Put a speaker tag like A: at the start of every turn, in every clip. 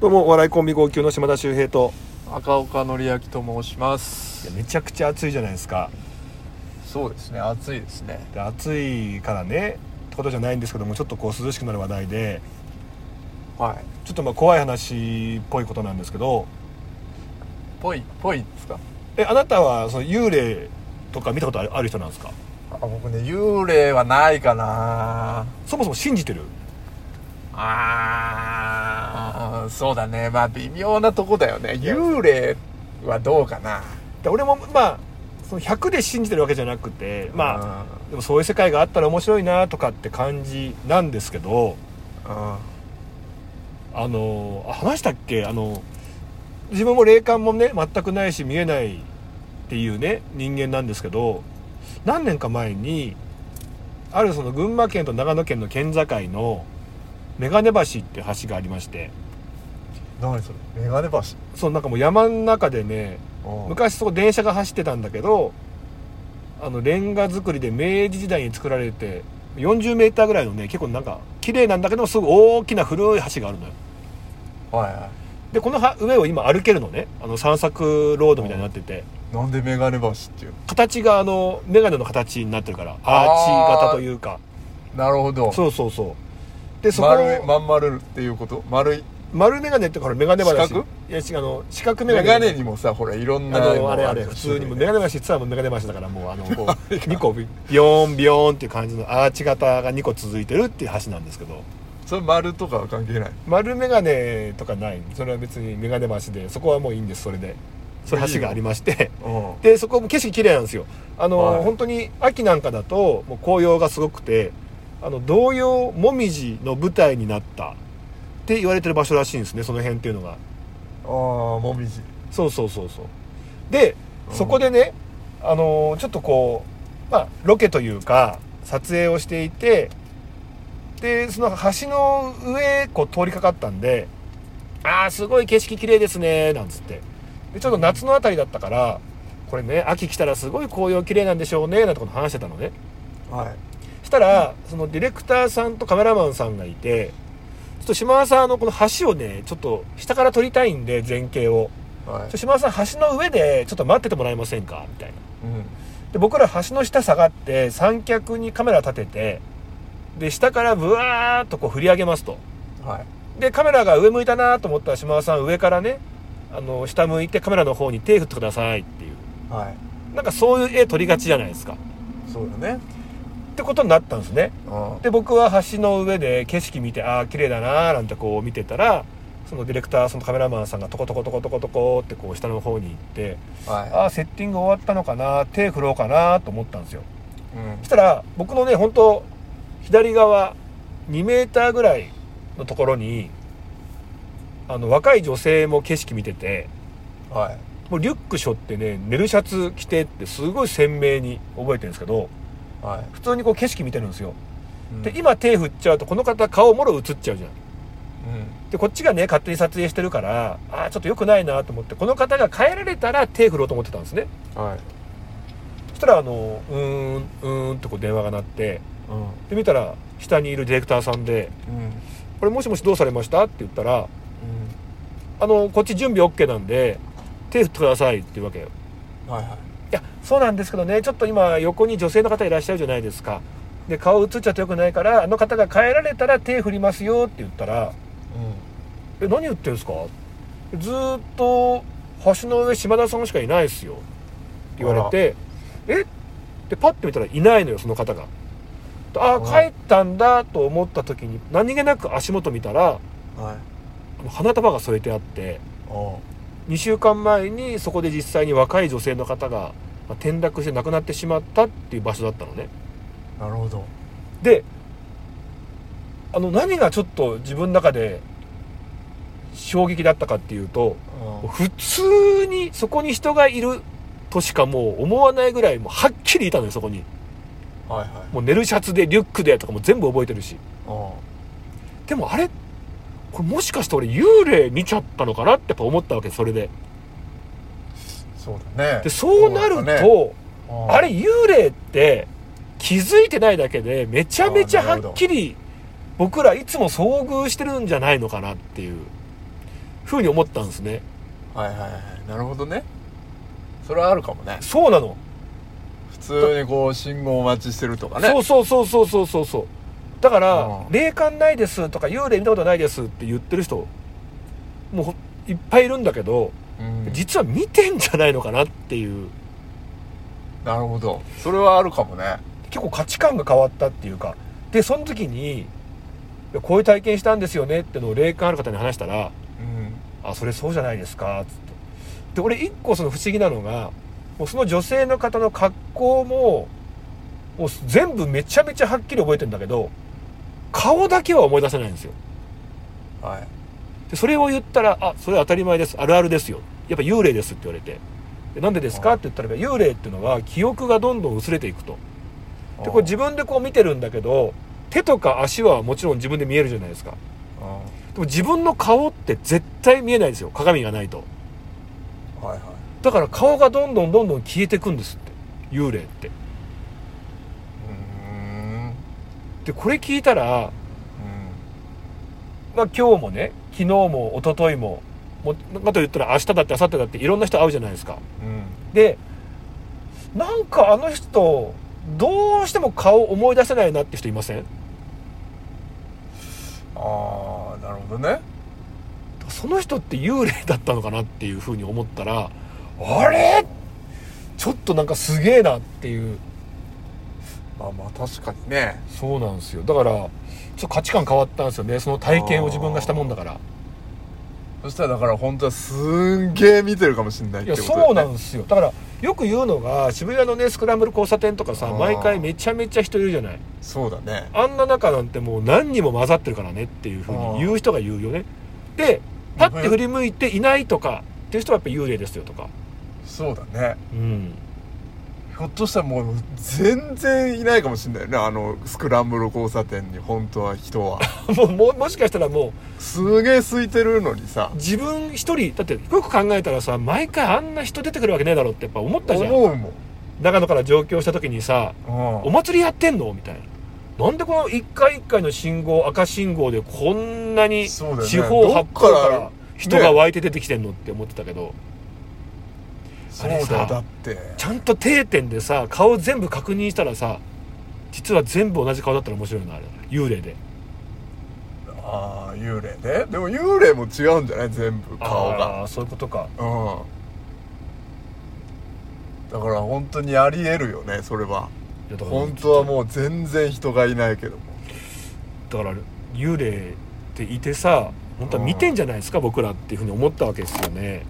A: どうもお笑いコンビ号泣の島田秀平と
B: 赤岡典明と申しま
A: い
B: す
A: やめちゃくちゃ暑いじゃないですか
B: そうですね暑いですね
A: で暑いからねってことじゃないんですけどもちょっとこう涼しくなる話題で
B: はい
A: ちょっとまあ怖い話っぽいことなんですけど
B: ぽいぽいですか
A: えあなたはその幽霊とか見たことあるある人なんですか
B: あ僕ね幽霊はないかな
A: そもそも信じてる
B: あーそうだねまあ微妙なとこだよね幽霊はどうかな
A: で俺もまあその100で信じてるわけじゃなくてまあ
B: あ
A: でもそういう世界があったら面白いなとかって感じなんですけど
B: あ
A: あのあ話したっけあの自分も霊感もね全くないし見えないっていうね人間なんですけど何年か前にあるその群馬県と長野県の県境の眼鏡橋って橋がありまして
B: 何それメガネ橋
A: そのなんかもう山の中でね
B: 昔
A: 昔そこ電車が走ってたんだけどあのレンガ造りで明治時代に作られて40メーターぐらいのね結構なんか綺麗なんだけどすごい大きな古い橋があるのよ
B: はいは
A: でこのは上を今歩けるのねあの散策ロードみたいになってて
B: いなんでメガネ橋っていう
A: 形があの眼鏡の形になってるからアーチ型というか
B: なるほど
A: そうそうそうでそこ
B: 丸いまん丸っていうこと丸い
A: 丸眼鏡ってほら眼鏡話
B: 四角
A: いや違うあの四角眼
B: メ
A: 鏡
B: ガネにもさほらいろんな
A: あのあれあれ
B: る
A: 普通にもう眼鏡橋ツアーも眼鏡橋だからもう あのこう2個ビヨーンビヨーンっていう感じのアーチ型が2個続いてるっていう橋なんですけど
B: それ丸とかは関係ない
A: 丸眼鏡とかないそれは別に眼鏡橋でそこはもういいんですそれでそれ橋がありまして
B: うん
A: でそこも景色綺麗なんですよあの、
B: はい
A: 本当に秋なんかだともう紅葉がすごくてあの童謡「もみじ」の舞台になったって言われてる場所らしいんですねその辺っていうのが
B: ああもみじ
A: そうそうそうそうで
B: うん
A: そこでね、あのーちょっとこうまあロケというか撮影をしていてでその橋の上こう通りかかったんで「ああすごい景色綺麗ですね」なんつってでちょっと夏のあたりだったからこれね秋来たらすごい紅葉綺麗なんでしょうねなんてこと話してたのね
B: はい
A: したらそのディレクターさんとカメラマンさんがいてちょっと島田さんあのこの橋をねちょっと下から撮りたいんで前景を
B: は
A: ちょっ
B: い
A: と島田さん橋の上でちょっと待っててもらえませんかみたいな
B: うん
A: で僕ら橋の下下がって三脚にカメラ立ててで下からブワーッとこう振り上げますと
B: はい
A: でカメラが上向いたなと思ったら島田さん上からねあの下向いてカメラの方に手振ってくださいっていう
B: はい
A: なんかそういう絵撮りがちじゃないですかっ
B: そうだね
A: てことになったんですね
B: うん
A: で僕は橋の上で景色見てああ綺麗だなーなんてこう見てたらそのディレクターそのカメラマンさんがトコトコトコトコトコってこう下の方に行って
B: は
A: あーセッティング終わったのかな手振ろうかなと思ったんですよ
B: いうん
A: そしたら僕のね本当左側2メーターぐらいのところにあの若い女性も景色見てて
B: はい
A: もうリュック背負ってね寝るシャツ着てってすごい鮮明に覚えてるんですけど
B: は
A: 普通にこう景色見てるんですよ
B: い
A: で今手振っちゃうとこの方顔もろ映っちゃうじゃん
B: う
A: でこっちがね勝手に撮影してるからああちょっと良くないなと思ってこの方が帰られたら手振ろうと思ってたんですね
B: んはい
A: そしたらあのうーんうーんってこう電話が鳴って
B: うん
A: で見たら下にいるディレクターさんで
B: うん
A: 「これもしもしどうされました?」って言ったら「あのこっち準備 OK なんで手振ってください」っていうわけよ
B: うんはいはい
A: いやそうなんですけどねちょっと今横に女性の方いらっしゃるじゃないですかで顔映っちゃってよくないからあの方が帰られたら手振りますよって言ったら「え何言ってんすか?」ずーっと橋の上島田さんしかいないですよって言われて「えでパッて見たらいないのよその方が。ああ
B: あら
A: 帰ったんだと思った時に何気なく足元見たら
B: うんはい
A: あの花束が添えてあって
B: おう
A: 2週間前にそこで実際に若い女性の方がまあ転落して亡くなってしまったっていう場所だったのね
B: なるほど
A: であの何がちょっと自分の中で衝撃だったかっていうと
B: うん
A: 普通にそこに人がいるとしかもう思わないぐらいもうはっきりいたのよそこに
B: はいはい
A: もう寝るシャツでリュックでとかも全部覚えてるし
B: うん
A: でもあれこれもしかして俺幽霊見ちゃったのかなってやっぱ思ったわけそれで
B: そうだね
A: でそうなると、
B: そうだねうん
A: あれ幽霊って気づいてないだけでめちゃめちゃはっきり僕らいつも遭遇してるんじゃないのかなっていうふうに思ったんですね
B: はいはいはいなるほどねそれはあるかもね
A: そうなの、
B: 普通にこう信号待ちしてるとかね
A: そうそうそうそうそうそうそうだから、
B: うん
A: 霊感ないですとか幽霊見たことないですって言ってる人もうほいっぱいいるんだけど、
B: うん
A: 実は見てんじゃないのかなっていう
B: なるほどそれはあるかもね
A: 結構価値観が変わったっていうかでその時にいやこういう体験したんですよねってのを霊感ある方に話したら
B: うん
A: 「あそれそうじゃないですか」つってで俺一個その不思議なのがもうその女性の方の格好ももう全部めちゃめちゃはっきり覚えてんだけど顔だけは思い出せないんですよ
B: はい
A: でそれを言ったら「あそれ当たり前ですあるあるですよやっぱ幽霊です」って言われて「でなんでですか?」って言ったら幽霊っていうのは記憶がどんどん薄れていくとでこれ自分でこう見てるんだけど手とか足はもちろん自分で見えるじゃないですか
B: うんうん
A: でも自分の顔って絶対見えないですよ鏡がないと
B: はいはい
A: だから顔がどんどんどんどん消えてくんですって幽霊って
B: うーんうん
A: でこれ聞いたら、まあ、今日もね昨日も一昨日ももうかと言ったら明日だって明後日だっていろんな人会うじゃないですか
B: うん
A: でなんかあの人どうしても顔思い出せないなって人いません
B: ああなるほどね
A: その人って幽霊だったのかなっていうふうに思ったらあれちょっとなんかすげえなっていう
B: まあまあ確かにね
A: そうなんですよだからちょっと価値観変わったんですよねその体験を自分がしたもんだから
B: そしたらだから本当はすんげえ見てるかもしれないっ
A: い
B: て
A: や
B: ことだ
A: そうな
B: よね
A: んですよだからよく言うのが渋谷のねスクランブル交差点とかさ
B: あー
A: 毎回めちゃめちゃ人いるじゃない
B: そうだね
A: あんな中なんてもう何人も混ざってるからねっていうふうに言う人が言うよねでパッて振り向いていないとかっていう人はやっぱ幽霊ですよとか
B: そうだね
A: うん
B: ひょっとしたらもう全然いないかもしれないよねあのスクランブル交差点に本当は人 は
A: もうもうもしかしたらもう
B: すげえ空いてるのにさ
A: 自分一人だってよく考えたらさ毎回あんな人出てくるわけねえだろってやっぱ思ったじゃん
B: 思うもん
A: 長野から上京した時にさ「
B: う
A: お
B: ん
A: 祭りやってんの?」みたいななんでこの一回一回の信号赤信号でこんなに
B: そうだよね
A: 四方八方か
B: どっ
A: ら
B: から
A: 人が湧いて出てきてんのって思ってたけど、
B: そうだよ
A: あれさ
B: だって
A: ちゃんと定点でさ顔全部確認したらさ実は全部同じ顔だったら面白いなあれ幽霊で
B: ああ幽霊ねでも幽霊も違うんじゃない全部顔が
A: あーそういうことか
B: うんだから本当にありえるよねそれはい
A: やだから
B: 本当はもう全然人がいないけども
A: だから幽霊っていてさ本当は見てんじゃないですか僕らっていうふうに思ったわけですよね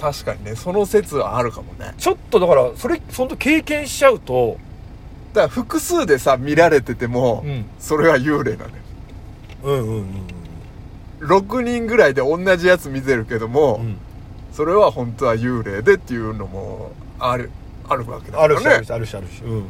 B: 確かにねその説はあるかもね
A: ちょっとだからそれその経験しちゃうと、
B: だから複数でさ見られてても、
A: うん
B: それは幽霊なのよ
A: うんうんうん
B: 6人ぐらいで同じやつ見てるけども、
A: うん
B: それは本当は幽霊でっていうのもあるあるわけだ
A: あ
B: か
A: る
B: ら
A: しある
B: ね
A: しあるしあるし、うん、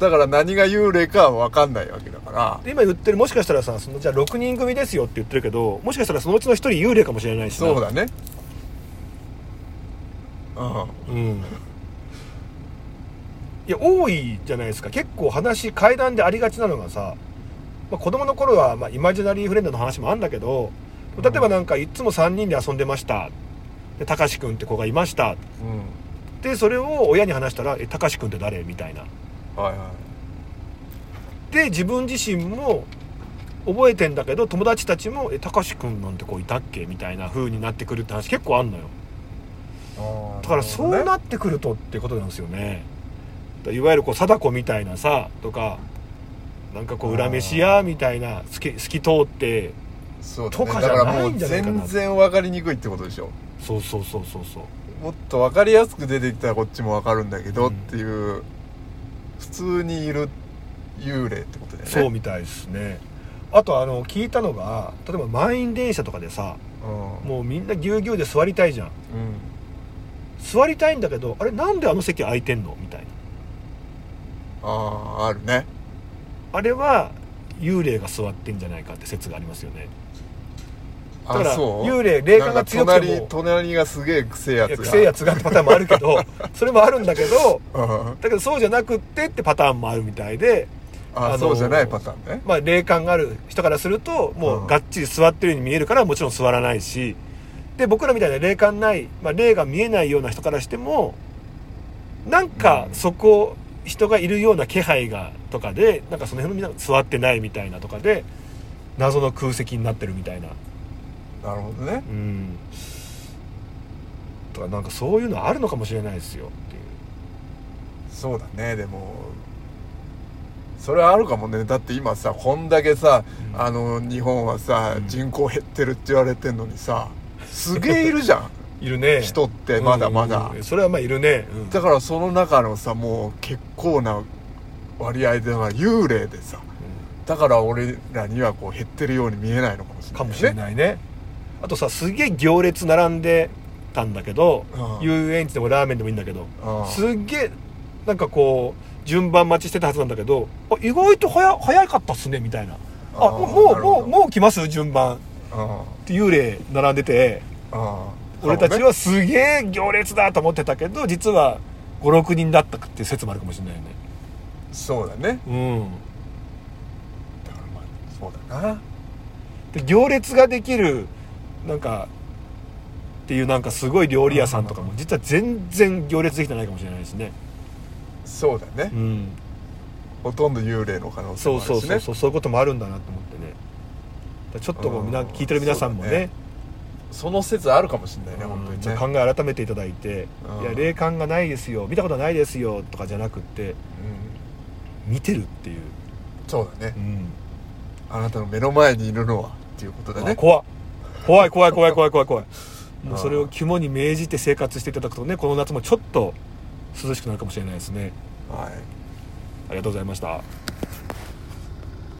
B: だから何が幽霊かは分かんないわけだから
A: で今言ってるもしかしたらさそのじゃあ6人組ですよって言ってるけどもしかしたらそのうちの1人幽霊かもしれないしな
B: そうだねう
A: うんいや多いじゃないですか結構話階段でありがちなのがさ、まあ、子供の頃は、まあ、イマジナリーフレンドの話もあんだけど例えばなんかいつも3人で遊んでましたでたかしくんって子がいました
B: んうん
A: でそれを親に話したら「えたかしくんって誰?」みたいな
B: はいは
A: で自分自身も覚えてんだけど友達たちも「えたかしくんなんて子いたっけ?」みたいな風になってくるって話結構あんのよ
B: い
A: だからそうなってくるとってことなんですよねだからいわゆるこう貞子みたいなさとかなんかこう裏飯屋みたいな透き透き通って
B: そうだ,、
A: と
B: ね、
A: か
B: だ
A: じ
B: か
A: ゃ
B: ら
A: な
B: も
A: いん
B: う
A: じゃないかな
B: 全然分かりにくいってことでしょ
A: そうそうそうそうそう
B: もっと分かりやすく出てきたらこっちも分かるんだけど、
A: うん
B: っていう普通にいる幽霊ってことだよね
A: そうみたいですねあとあの聞いたのが例えば満員電車とかでさ
B: う
A: もうみんなぎゅうぎゅうで座りたいじゃん
B: ん、うん、
A: 座りたいんだけどあれなんであの席空いてんのみたいな
B: あああるね
A: あれは幽霊が座ってんじゃないかって説がありますよね
B: あ
A: だから
B: そう
A: 幽霊霊感が強くても
B: なんか隣隣がすげえくせえや
A: い
B: つ
A: や
B: が
A: 癖やつがってパターンもあるけど それもあるんだけど
B: うん
A: だけどそうじゃなくってってパターンもあるみたいで
B: あ
A: の
B: そうじゃないパターンね
A: まあ、霊感がある人からするとも
B: うん
A: うがっちり座ってるように見えるからもちろん座らないしで僕らみたいな霊感ない、まあ、霊が見えないような人からしてもなんか
B: うん
A: そこ人がいるような気配がとかでなんかその辺のみんな座ってないみたいなとかで謎の空席になってるみたいな
B: なるほどね
A: うんとかなんかそういうのあるのかもしれないですよっていう
B: そうだねでもそれはあるかもねだって今さこんだけさ、
A: うん
B: あの日本はさ、
A: うん
B: 人口減ってるって言われてんのにさすげえいるじゃ ん
A: いるね
B: 人ってまだまだ、
A: うんうんうんそれはまあいるね、うん
B: だからその中のさもう結構な割合では幽霊でさだから俺らにはこう減ってるように見えないのかもしれない、ね、
A: かもしれないねあとさすげえ行列並んでたんだけど、
B: うん
A: 遊園地でもラーメンでもいいんだけど、
B: うん
A: すっげえなんかこう順番待ちしてたはずなんだけどあ意外と早早かったっすねみたいなあ
B: あー
A: も
B: な
A: う
B: る
A: も
B: ほ
A: う
B: ど
A: もう来ます順番っ
B: うん
A: て幽霊並んでて
B: うん
A: 俺たち
B: かもね
A: はすげえ行列だと思ってたけど実は56人だったっていう説もあるかもしれないよね
B: そうだね
A: うん
B: だからまあそうだな
A: で行列ができるなんかっていうなんかすごい料理屋さんとかも実は全然行列できてないかもしれないしね、
B: そうだね、
A: うん、
B: ほとんど幽霊の可能性
A: そ
B: も
A: う
B: あるし、
A: そ
B: ね、
A: うそうそうそういうこともあるんだなと思ってねだからちょっとこうみんな
B: うん
A: 聞いてる皆さんも
B: そうだ
A: ね
B: ねその説あるかもしれないね、
A: うん
B: 本当に
A: ちょ
B: ね
A: っと考え改めていただいて
B: う
A: 「い
B: ん
A: や霊感がないですよ見たことないですよ」とかじゃなくって
B: うん
A: 見てるっていう、
B: そうだね
A: うん
B: あなたの目の前にいるのはっていうことだ
A: あ
B: ね
A: 怖っ怖い怖い怖い怖い怖い 怖いもうそれ
B: う
A: を
B: ん
A: 肝に銘じて生活していただくとねこの夏もちょっと涼しくなるかもしれないですね
B: はい
A: ありがとうございました